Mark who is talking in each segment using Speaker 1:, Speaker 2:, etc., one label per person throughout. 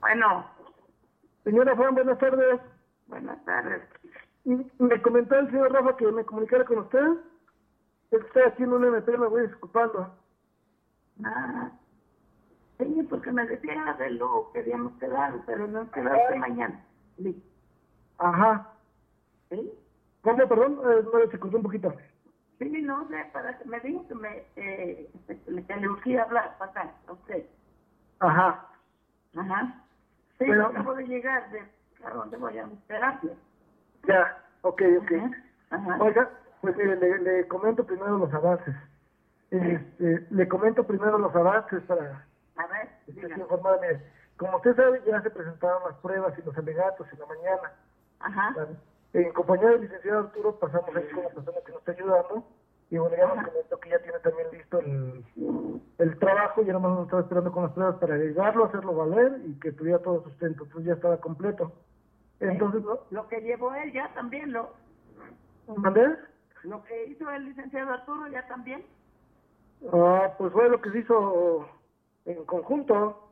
Speaker 1: Bueno,
Speaker 2: Señora Juan, buenas tardes.
Speaker 1: buenas tardes.
Speaker 2: Me comentó el señor Rafa que me comunicara con usted. Es que estoy haciendo un MP, me voy disculpando.
Speaker 1: Ah, sí, porque me decían la de lo que habíamos quedado, pero no quedaste mañana. Sí.
Speaker 2: Ajá.
Speaker 1: ¿Sí?
Speaker 2: ¿Cómo, perdón? Eh, no, se cortó un poquito.
Speaker 1: Sí, no sé, para que me dijo que me, eh, que- que le urgía hablar para acá, a usted.
Speaker 2: Ajá.
Speaker 1: Ajá. Sí,
Speaker 2: Pero-
Speaker 1: acabo de llegar de a dónde voy a mi terapia.
Speaker 2: Ya, ok, ok.
Speaker 1: Ajá.
Speaker 2: Oiga, pues mire, le, le comento primero los avances. Este, le comento primero los avances para
Speaker 1: A ver,
Speaker 2: estar
Speaker 1: diga.
Speaker 2: informada. Mire, como usted sabe, ya se presentaron las pruebas y los alegatos en la mañana.
Speaker 1: Ajá.
Speaker 2: Vale. En compañía del licenciado Arturo pasamos ahí con la persona que nos está ayudando y bueno, ya nos comentó que ya tiene también listo el, el trabajo, ya nomás nos estaba esperando con las pruebas para agregarlo, hacerlo valer y que tuviera todo sustento, entonces ya estaba completo. Entonces, ¿no?
Speaker 1: Eh, Lo que llevó él ya también, lo,
Speaker 2: ¿Mandé?
Speaker 1: lo que hizo el licenciado Arturo ya también.
Speaker 2: Ah, pues fue lo que se hizo en conjunto.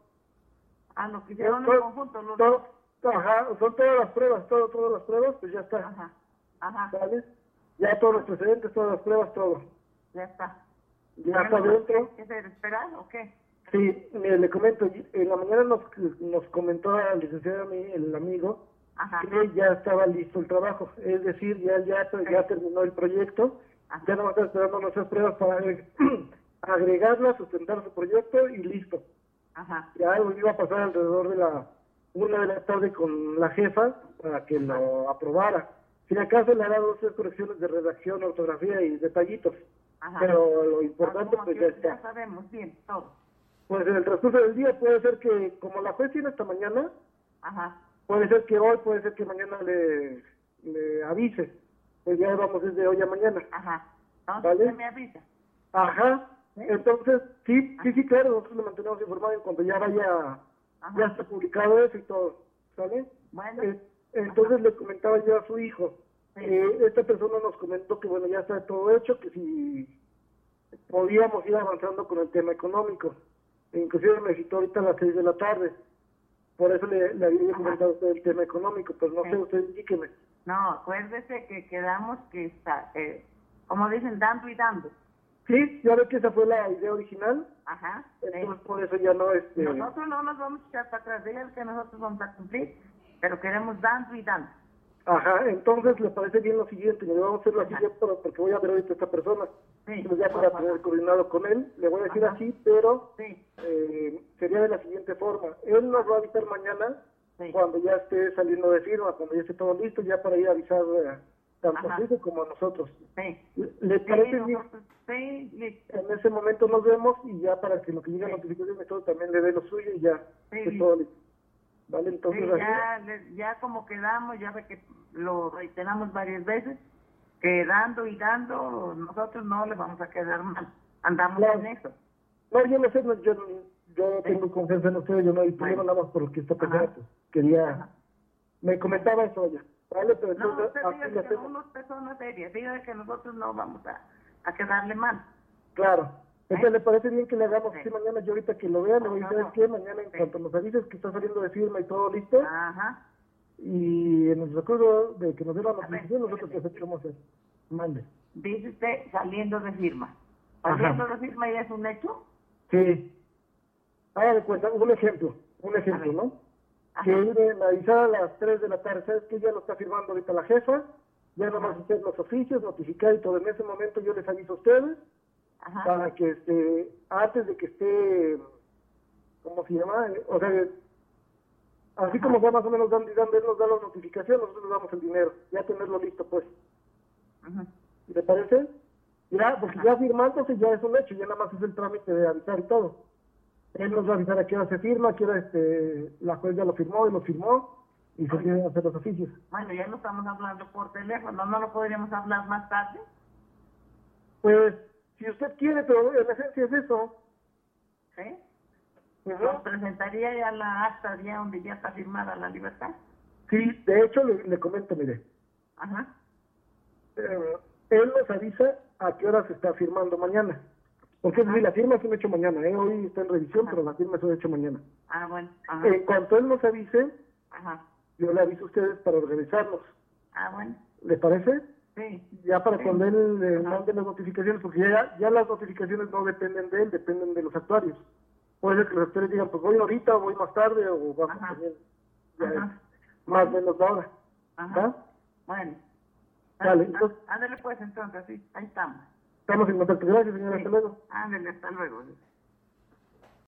Speaker 1: Ah, lo que hicieron en
Speaker 2: Todo-
Speaker 1: conjunto, los dos.
Speaker 2: todo- ajá, son todas las pruebas, todo, todas las pruebas, pues ya está,
Speaker 1: Ajá. Ajá.
Speaker 2: ¿sabes? Ya todos los precedentes, todas las pruebas, todo.
Speaker 1: Ya está.
Speaker 2: Ya está dentro.
Speaker 1: ¿Es desesperado o qué?
Speaker 2: Sí, mire, le comento, en la mañana nos, nos comentó al licenciado, mi- el amigo,
Speaker 1: Ajá.
Speaker 2: que ya estaba listo el trabajo, es decir, ya ya, ya terminó el proyecto,
Speaker 1: Ajá.
Speaker 2: ya no está esperando nuestras pruebas para agre- agregarlas, sustentar su proyecto y listo.
Speaker 1: Ajá.
Speaker 2: Ya algo iba a pasar alrededor de la una de la tarde con la jefa para que lo aprobara. Si acaso le hará dos tres correcciones de redacción, ortografía y detallitos,
Speaker 1: Ajá.
Speaker 2: pero lo
Speaker 1: Ah,
Speaker 2: importante
Speaker 1: como
Speaker 2: pues
Speaker 1: que
Speaker 2: ya está.
Speaker 1: ya sabemos bien todo.
Speaker 2: Pues en el transcurso del día puede ser que, como la juez tiene hasta mañana,
Speaker 1: Ajá.
Speaker 2: puede ser que hoy, puede ser que mañana le, le avise. Pues ya vamos desde hoy a mañana.
Speaker 1: Ajá. Entonces
Speaker 2: ¿Vale?
Speaker 1: usted me avisa.
Speaker 2: Ajá.
Speaker 1: ¿Sí?
Speaker 2: Entonces, sí, sí, sí, claro, nosotros le mantenemos informado en cuanto ya vaya,
Speaker 1: Ajá.
Speaker 2: ya está publicado eso y todo, ¿sale?
Speaker 1: Bueno.
Speaker 2: Eh, entonces le comentaba yo a su hijo,
Speaker 1: Sí.
Speaker 2: eh, esta persona nos comentó que bueno, ya está todo hecho, que si podíamos ir avanzando con el tema económico. E inclusive me citó ahorita a las 6 de la tarde. Por eso le, le había yo
Speaker 1: Ajá.
Speaker 2: comentado a usted el tema económico, pero no
Speaker 1: Sí.
Speaker 2: sé, usted indíqueme.
Speaker 1: No, acuérdese que quedamos que está, eh, como dicen, dando y dando.
Speaker 2: Sí, ya ve que esa fue la idea original,
Speaker 1: Ajá. sí.
Speaker 2: entonces por eso ya no, este...
Speaker 1: Nosotros no nos vamos a echar para atrás, díganle que nosotros vamos a cumplir, pero queremos dando y dando.
Speaker 2: Ajá, entonces le parece bien lo siguiente, le vamos a hacer lo
Speaker 1: Ajá.
Speaker 2: siguiente pero- porque voy a ver ahorita a esta persona.
Speaker 1: Sí,
Speaker 2: Entonces ya
Speaker 1: por
Speaker 2: para
Speaker 1: favor.
Speaker 2: tener coordinado con él, le voy a decir
Speaker 1: Ajá.
Speaker 2: así, pero...
Speaker 1: Sí,
Speaker 2: eh, sería de la siguiente forma. Él nos va a avisar mañana
Speaker 1: sí.
Speaker 2: cuando ya esté saliendo de firma, cuando ya esté todo listo, ya para ir a avisar eh, tanto
Speaker 1: Ajá.
Speaker 2: a Rico como a nosotros.
Speaker 1: Sí,
Speaker 2: ¿Le
Speaker 1: sí,
Speaker 2: parece bien?
Speaker 1: nosotros- sí, listo.
Speaker 2: En ese momento nos vemos y ya para que lo que llegue a
Speaker 1: Sí.
Speaker 2: notificación y todo también le dé lo suyo y ya
Speaker 1: Sí,
Speaker 2: esté
Speaker 1: listo.
Speaker 2: todo listo. ¿Vale? Entonces,
Speaker 1: Sí,
Speaker 2: así-
Speaker 1: ya, le- ya como quedamos, ya ve que lo reiteramos varias veces, que dando y dando, nosotros no le vamos a quedar mal. Andamos
Speaker 2: Claro.
Speaker 1: en eso.
Speaker 2: No, yo no sé, no, yo, yo tengo confianza en ustedes, yo no hay problema nada más porque esta persona
Speaker 1: Ajá.
Speaker 2: pues, quería...
Speaker 1: Ajá.
Speaker 2: Me comentaba eso ya. ¿Vale? Pero
Speaker 1: No,
Speaker 2: entonces,
Speaker 1: usted
Speaker 2: ah, así le
Speaker 1: diga que
Speaker 2: hacemos.
Speaker 1: somos personas serias, diga que nosotros no vamos a, a quedarle mal.
Speaker 2: Claro. Entonces, ¿le parece bien que le hagamos
Speaker 1: Sí.
Speaker 2: así mañana? Yo ahorita que lo vea, le voy a
Speaker 1: Ajá.
Speaker 2: decir, ¿sabes qué? Mañana en
Speaker 1: Sí. Ah.
Speaker 2: cuanto nos avises que está saliendo de firma y todo listo,
Speaker 1: Ajá.
Speaker 2: y en el recuerdo de que nos dé la
Speaker 1: ver,
Speaker 2: notificación, nosotros
Speaker 1: espérate.
Speaker 2: presentamos el mande.
Speaker 1: Dice usted saliendo de firma.
Speaker 2: Ajá.
Speaker 1: Saliendo de firma ya es un hecho.
Speaker 2: Sí. Haga de cuenta, un ejemplo, un
Speaker 1: A
Speaker 2: ejemplo,
Speaker 1: ver.
Speaker 2: ¿no?
Speaker 1: Ajá.
Speaker 2: Que él me avisara a las 3 de la tarde, ¿sabes qué? Ya lo está firmando ahorita la jefa, ya nomás
Speaker 1: Ajá.
Speaker 2: hacer los oficios, notificar y todo. En ese momento yo les aviso a ustedes,
Speaker 1: Ajá.
Speaker 2: para que este, antes de que esté, ¿cómo se llama? Eh, O sea, así como ya más o menos dan, dan, él nos da la notificación, nosotros nos damos el dinero, ya tenerlo listo pues.
Speaker 1: Ujú.
Speaker 2: ¿Le parece? Ya, porque
Speaker 1: Ajá.
Speaker 2: ya firmándose ya es un hecho, ya nada más es el trámite de avisar y todo. Él nos va a avisar a qué hora se firma, a qué hora este, la juez ya lo firmó y lo firmó y se
Speaker 1: Oye.
Speaker 2: tienen que hacer los oficios.
Speaker 1: Bueno, ya lo estamos hablando por teléfono, ¿no lo podríamos hablar más tarde?
Speaker 2: Pues, si usted quiere, pero en esencia es eso.
Speaker 1: ¿Sí?
Speaker 2: Ujú.
Speaker 1: Nos presentaría ya la acta ya donde ya está firmada la libertad.
Speaker 2: Sí, de hecho le, le comento, mire.
Speaker 1: Ajá.
Speaker 2: Eh, él nos avisa a qué hora se está firmando mañana. Porque
Speaker 1: Ah.
Speaker 2: sí, la firma es un hecho mañana, ¿eh? hoy está en revisión, pero la firma es un hecho mañana.
Speaker 1: Ah, bueno. Ajá.
Speaker 2: En cuanto él nos avise,
Speaker 1: Ajá.
Speaker 2: yo le aviso a ustedes para organizarnos.
Speaker 1: Ah, bueno.
Speaker 2: ¿Les parece?
Speaker 1: Sí.
Speaker 2: Ya para
Speaker 1: Sí.
Speaker 2: cuando él eh,
Speaker 1: Ajá.
Speaker 2: mande las notificaciones, porque ya, ya las notificaciones no dependen de él, dependen de los actuarios. Puede ser que los actuarios digan, pues voy ahorita, o voy más tarde, o vamos
Speaker 1: Ajá.
Speaker 2: también. Ya
Speaker 1: Ajá.
Speaker 2: es más o menos la hora.
Speaker 1: Ajá.
Speaker 2: ¿Va?
Speaker 1: Bueno.
Speaker 2: Dale,
Speaker 1: Ah,
Speaker 2: Ah. entonces-
Speaker 1: Ándale pues entonces, sí. Ahí estamos.
Speaker 2: Estamos en contacto. Gracias, señora.
Speaker 1: Sí.
Speaker 2: Hasta luego.
Speaker 1: Ándale, hasta luego.